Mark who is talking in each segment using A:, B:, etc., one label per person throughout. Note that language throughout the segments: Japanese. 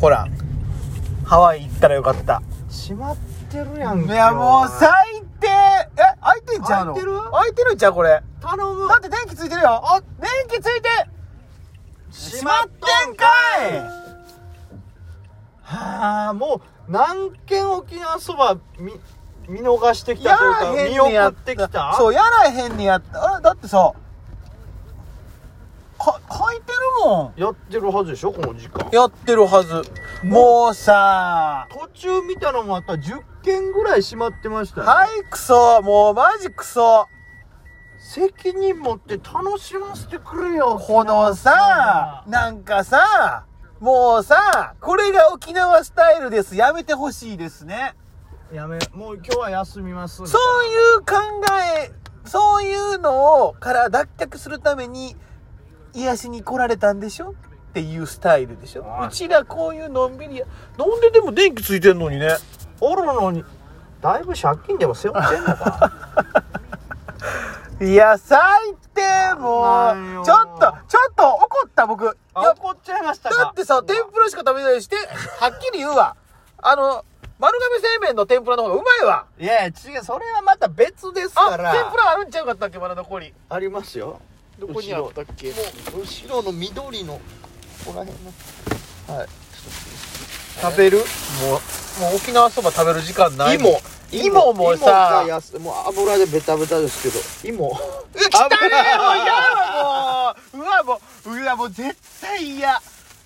A: ほら、ハワイ行ったらよかった。
B: 閉まってるやん
A: いや、もう最低え、開いてんちゃうの
B: 開いてる
A: 開いてるんちゃうこれ。
B: 頼む
A: だって電気ついてるよ。あ、電気ついて閉まってんかい
B: はあもう何軒沖縄そば見見逃してき
A: や
B: たと
A: らへん
B: い
A: に
B: うか見
A: や
B: 送
A: っ
B: ってきた
A: そうう、やらへんにやった。あだってさ、か、書いてるも
B: やってるはずでしょこの時間
A: ん。やってるはず。もうさ、
B: 途中見たのもあったら10軒ぐらい閉まってましたよ
A: はい、クソ。もうマジクソ。
B: 責任持って楽しませてくれよ
A: このさ、なんかさ、もうさ、これが沖縄スタイルです。やめてほしいですね。
B: やめもう今日は休みますみたい
A: そ
B: な
A: ういう考え、そういうのを、から脱却するために、癒しに来られたんでしょっていうスタイルでしょ
B: はいう
A: ちらこういうのんびりや、なんででも電気ついてんのにね。
B: おるのにだいぶ借金でも背負ってんのか
A: いや、最低も
B: なんよ
A: う、ちょっと、ちょっと怒った僕。 い
B: あ
A: や
B: 怒っちゃいましたか
A: だってさ、天ぷらしか食べないして、はっきり言うわ。あの、丸亀製麺の天ぷらの方がうまいわ。
B: いやいや違うそれはまた別です
A: あ、
B: から
A: 天ぷらあるんちゃうかったっけまだ残り。
B: ありますよ
A: どこにあったっけ
B: もう後ろの緑のここら辺のはい
A: 食べるもう、もう沖縄そば食べる時間ない。
B: 芋
A: 芋も
B: 芋が
A: さ、え、
B: 安もう油でベタベタですけど芋
A: 汚たねえも う嫌だもううわ、もう、うわ、もう絶対嫌。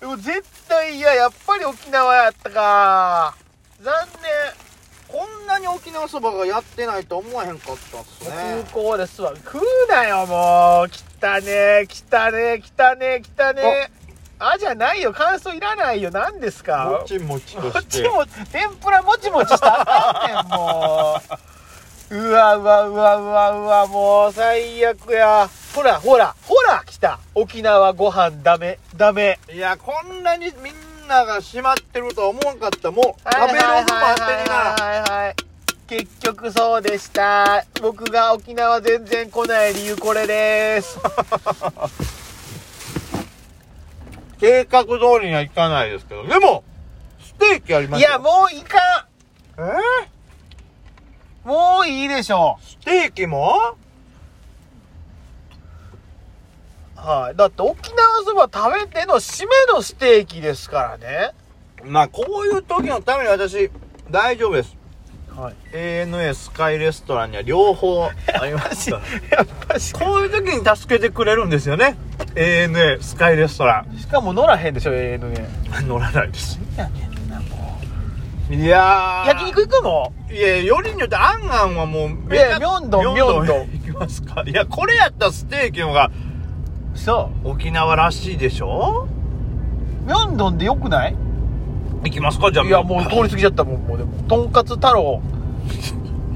A: もう絶対嫌。やっぱり沖縄やったか。残
B: こんなに沖縄そばがやってないと思わへんかったっす
A: 念。
B: ね
A: 空港ですわ。食うなよ、もう。汚ねえ、汚ねえ、汚ねえ、汚ねえ。あ、じゃないよ。感想いらないよ。何ですか
B: もちもちと
A: こっ
B: し
A: ち
B: て
A: も天ぷらもちもちしたらあかんねんもううわうわうわうわうわもう最悪やほらほらほら来た沖縄ご飯ダメダメ
B: いやこんなにみんなが閉まってるとは思わんかったもう食べるのも当てにならん
A: はいはいはいはい結局そうでした僕が沖縄全然来ない理由これです
B: 計画通りにはいかないですけどでもステーキありま
A: い
B: すよ
A: やもういか
B: えー
A: んもういいでしょ
B: ステーキも
A: うはいだって沖縄そば食べての締めのステーキですからね
B: まあこういう時のために私大丈夫です
A: はい
B: ANA スカイレストランには両方ありますから
A: やっぱし
B: こういう時に助けてくれるんですよね ANA スカイレストラン
A: しかも乗らへんでしょ ANA
B: 乗らないですいやー
A: 焼肉行くの
B: いやよりによってアンアンはもうめ
A: いやミョンドンミョンドン
B: 行きますかいやこれやったらステーキの方が
A: そ
B: 沖縄らしいでしょ
A: うミョンドンでよくない
B: 行きますかじゃあ
A: いやもう通り過ぎちゃったもんもうでもとんかつ太郎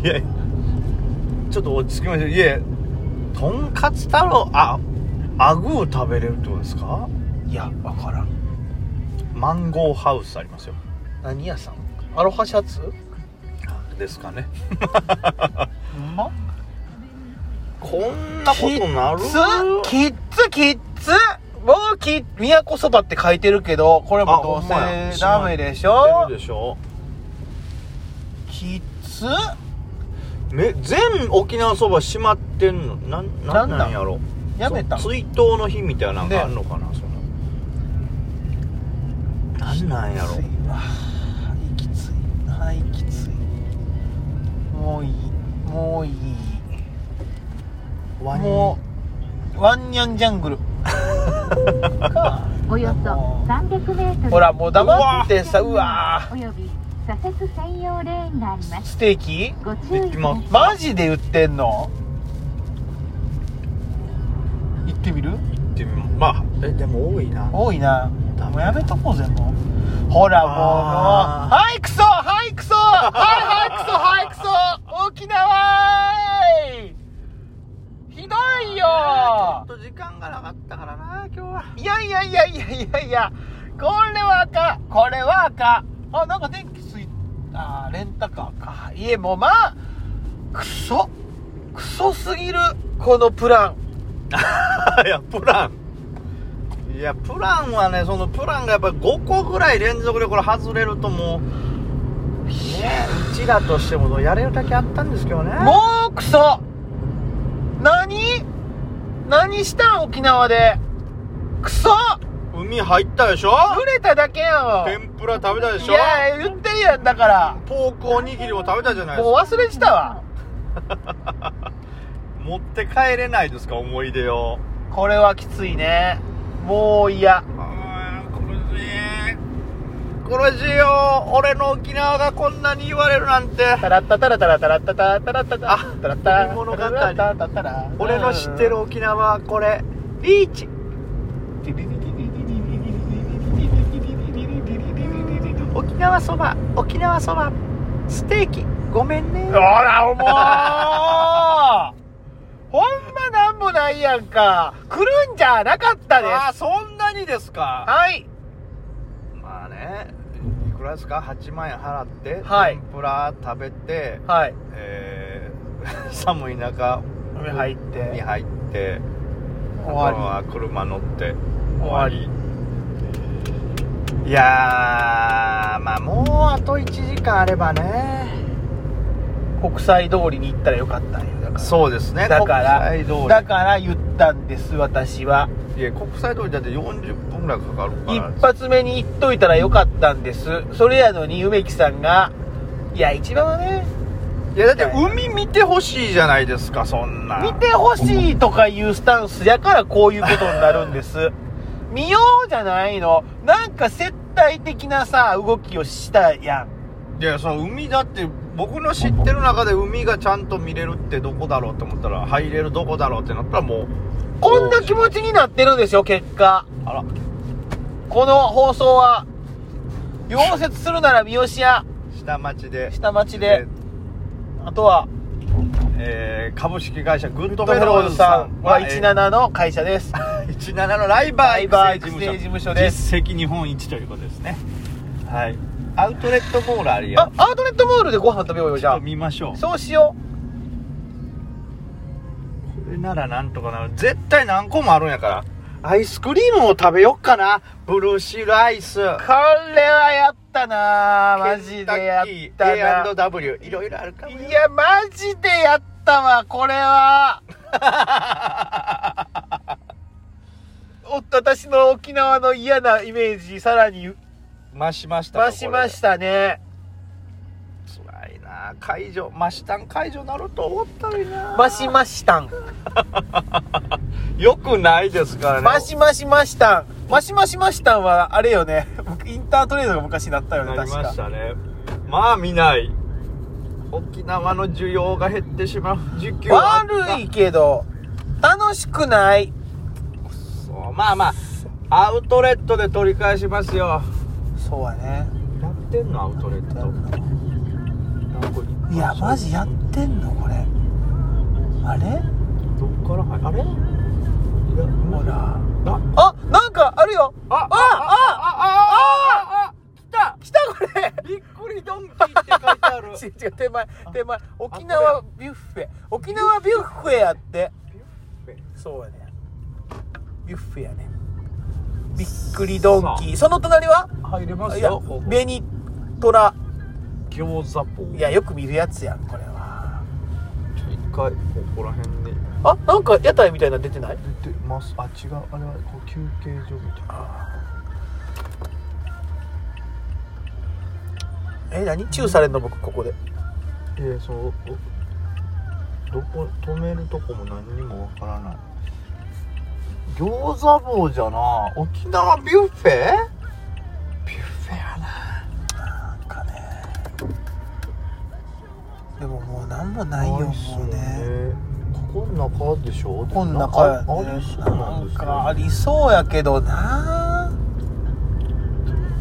B: いやちょっと落ち着きましょういやとんかつ太郎あアグー食べれるってことですか
A: いやわからん
B: マンゴーハウスありますよ
A: 何屋さんアロハシャツ
B: ですかね
A: うんま
B: こんなことなる
A: キッツキッツキッツもうき都そばって書いてるけどこれもどう
B: あほんまや
A: せダメでし
B: やっ
A: ょ
B: てるでしょ
A: キッツ
B: め全沖縄そば閉まってんのなんな
A: なんん
B: な
A: なんん
B: やろ
A: やめた
B: そ追悼の日みたいなの
A: ね
B: があるのかな、そのなんなんやろ
A: きついわはいきついはいきついもういいもういい
B: ワニ
A: もうワンニャンジャングルか
C: およそ300メートル
A: ほらもう黙ってさう
C: う
A: わ
C: わおよび左折専用レーンがありま
A: ー
C: す
A: ステーキ
C: ご注
B: 行
C: 意
B: き
C: く
B: ま
C: だ
B: す
C: さい
A: マジで売ってんの行ってみる
B: ってまあえでも多いな
A: 多いな
B: ダメだ
A: もうやめとこうぜもうほらもうもう
B: あー
A: はいクソはいクソはいはいクソはいクソ沖縄ーいひどいよ
B: ちょっと時間がなかったからな今日はい
A: やいやいやいやいやいや、これはあかん、これはあかん。あ、なんか電気ついた、レンタカーか。いえ、もうまあ、クソ、ク ソすぎる、このプラン。
B: いやプランいいや、プランはね、そのプランがやっぱり5個ぐらい連続でこれ外れるともう、ねえ、うちらとしてもやれるだけあったんですけどね。
A: もうクソ何何したん沖縄でクソ
B: 海入ったでしょ
A: 触れただけやん
B: 天ぷら食べたでし
A: い
B: ょ
A: や言ってるやんだか
B: ポークおにぎりも食べたじゃな
A: ら
B: いで
A: も
B: す
A: う忘
B: か。
A: れてたわ
B: 持って帰れないですか、思い出を。
A: これはきついねもう嫌
B: ああ、苦しい。苦しいよ。俺の沖縄がこんなに言われるなんて。
A: タラッタタラタラタラッタタタラッタタ
B: あ
A: タラッタ
B: 海物語
A: タラッタタタラ
B: 俺の知ってる沖縄はこれ。ビーチ。沖縄そば、沖縄そば、ステーキ。ごめんね
A: ほら もうほんまなんもないやんか来るんじゃなかったで
B: ああ、
A: す
B: そんなにですか。
A: はい
B: まあね、いくらですか ?8 万円払って、
A: はい
B: 天ぷら食べて、
A: はい
B: えー 寒い中、
A: 海入って
B: に入って、
A: 終
B: あと
A: わ
B: は車乗って、
A: り終わり
B: いやー、まあもうあと1時間あればね。
A: 国際通りに行ったらよかったんよだから
B: そうですね、
A: だから
B: 国際通り。
A: だから言ったんです私はい
B: や、国際通りだって40分ぐらいかかる
A: 一
B: から。
A: 発目に言っといたらよかったんですそれやのに梅木さんがいや一番はね
B: いや、だって海見てほしいじゃないですか、そんな。
A: 見てほしいとかいうスタンスやからこういうことになるんです 見ようじゃないのなんか接待的なさ動きをしたやん
B: いや、その海だって、僕の知ってる中で海がちゃんと見れるってどこだろうって思ったら、入れるどこだろうってなったらもう、
A: こんな気持ちになってるでしょ結果
B: あら、
A: この放送は溶接するなら三好屋
B: 下町で、
A: 下町であとは
B: えー、株式会社グッド
A: ト
B: メ
A: メロー
B: ローズ
A: ズ
B: さ
A: さん
B: ん
A: は
B: は、
A: 17の会社です
B: えー17のライバー育
A: ライバー
B: 成
A: 育
B: 事務
A: 成
B: 所
A: 事務所です
B: 実績日本一ということですね。はい。アウトレットモールある
A: あ
B: よ。
A: アウトレットモールでご飯食べようよ
B: ち
A: じ
B: ょ
A: ゃ
B: っ
A: あ
B: と見ましょう。
A: そうしよ
B: これならなんとかなる絶対何個もあるんやからアイスクリームを食べよっかなブルーシールアイス
A: うこれはやったなマジでやったな
B: A&W いろいろあるかもよ
A: いや、マジでやったわ、これ は。おっと、私の沖縄の嫌なイメージ、さらに
B: 増しました
A: 増しましたね。
B: た辛いな解除増したん解除なると思ったらいいな
A: 増しましたん。
B: よくないですからね
A: 増しましましたん。増しましましたんは、あれよね。インタートレードが昔なったよね、
B: なり
A: 確
B: ま
A: か
B: し。たねまあ見ない沖縄の需要が減ってしまう需給は
A: 悪いけど、楽しくない。
B: そうまあまあアウトレットで取り返しますよ
A: そうやね。
B: やってんのアウトレットなんかぱ
A: いや、マジやってんの、これ。あれ
B: どっから入あれいや
A: ほら。
B: な
A: あ、なんかあるよ。
B: ああああああ来た
A: 来た、これ。
B: びっくりドンキーって書いてある
A: 違う違う手前手前沖縄ビュッフェ沖縄ビュッフェやってそうやねビュッフェやねびっくりドンキーその隣は
B: 入れま
A: いや紅トラ
B: 餃子ポー
A: いやよく見るやつやんこれは
B: ちょっと一回ここら辺で
A: あなんか屋台みたいなの出てない
B: 出てますあ違うあれはこう休憩所みたいな
A: え何チューされんの僕ここで
B: ええそうおどこ止めるとこも何にもわからない餃子棒じゃな沖縄ビュッフェビュッフェや
A: な
B: な
A: んかねでももう何もないよ
B: アイス
A: もうね
B: ここの中でしょ
A: こん中や、ね、
B: あありそうなんですけ
A: なんかあ
B: ど
A: りそうやけどな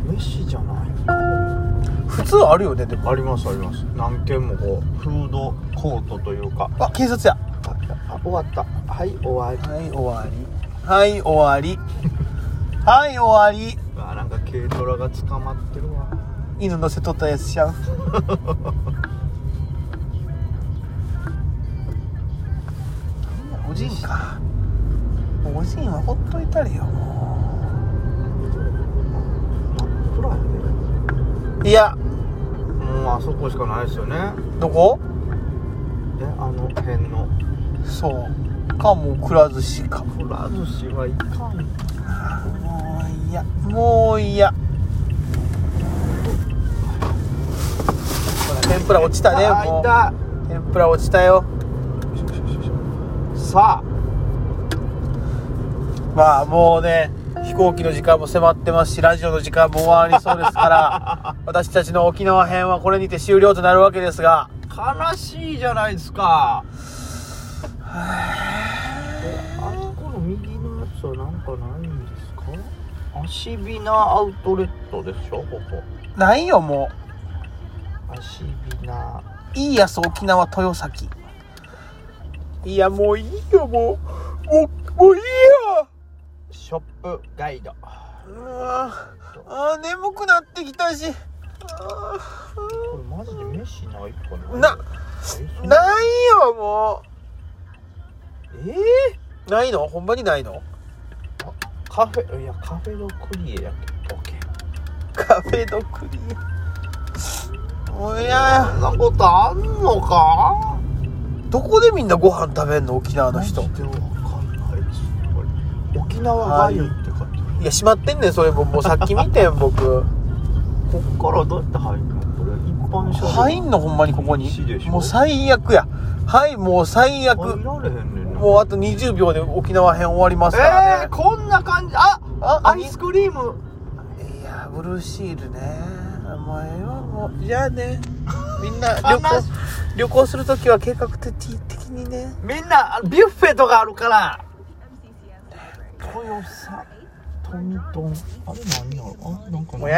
B: 飯じゃない
A: 普通あるよねでも
B: ありますあります何軒もこうフードコートというか
A: あ警察や
B: ああ終わったはい終わり
A: はい終わりはい終わりはい終わり
B: あなんか軽トラが捕まってるわ
A: 犬乗せとったやつじ ゃんおじんかおじんはほっといたれよもいや
B: もうあそこしかないですよね
A: どこ
B: えあの辺の
A: そうかもうくら寿司かも
B: くら寿司はいかん
A: もういやもういやほら天ぷら落ちたね
B: あ
A: も
B: いた
A: う天ぷら落ちたよ
B: さ
A: まあもうね飛行機の時間も迫ってますしラジオの時間も終わりそうですから 私たちの沖縄編はこれにて終了となるわけですが
B: あ悲しいじゃないですかえあそこの右のやつはなんかないんですかアシビナアウトレットでしょここ
A: ないよも
B: アシビナ
A: ういいやつ沖縄豊崎いやもういいよもうもうもういいよ
B: ショップガイド
A: うわあー眠くなってきたしあ
B: これマジで飯ないか
A: ー
B: な
A: な
B: え
A: ないよも
B: え
A: うないのほんまにないの
B: ー、カフェいやカフェドクリエやけどオッケー
A: カフェドクリアもういや
B: そんなことあんのか
A: どこでみんなご飯食べんの沖縄の人
B: マジでわかんないですねこれ沖縄がゆって書いて
A: いや閉まってんねんそれももうさっき見てん僕
B: あるこっからどうやって入るのこれ一般車両
A: 入んのほんまにここに
B: 石でしょ
A: もう最悪やはいもう最悪
B: 入られへんねんな
A: もうあと20秒で沖縄編終わりますから
B: えー、
A: ね、
B: こんな感じあ
A: あ
B: アイスクリーム
A: いやブルーシールねもうええわもうじゃあねみんな旅
B: 悲
A: 行
B: しい
A: 旅行するときは計画的にね
B: みんなあビュッフェとかあるから豊さトミトンあれ何やろあなんかな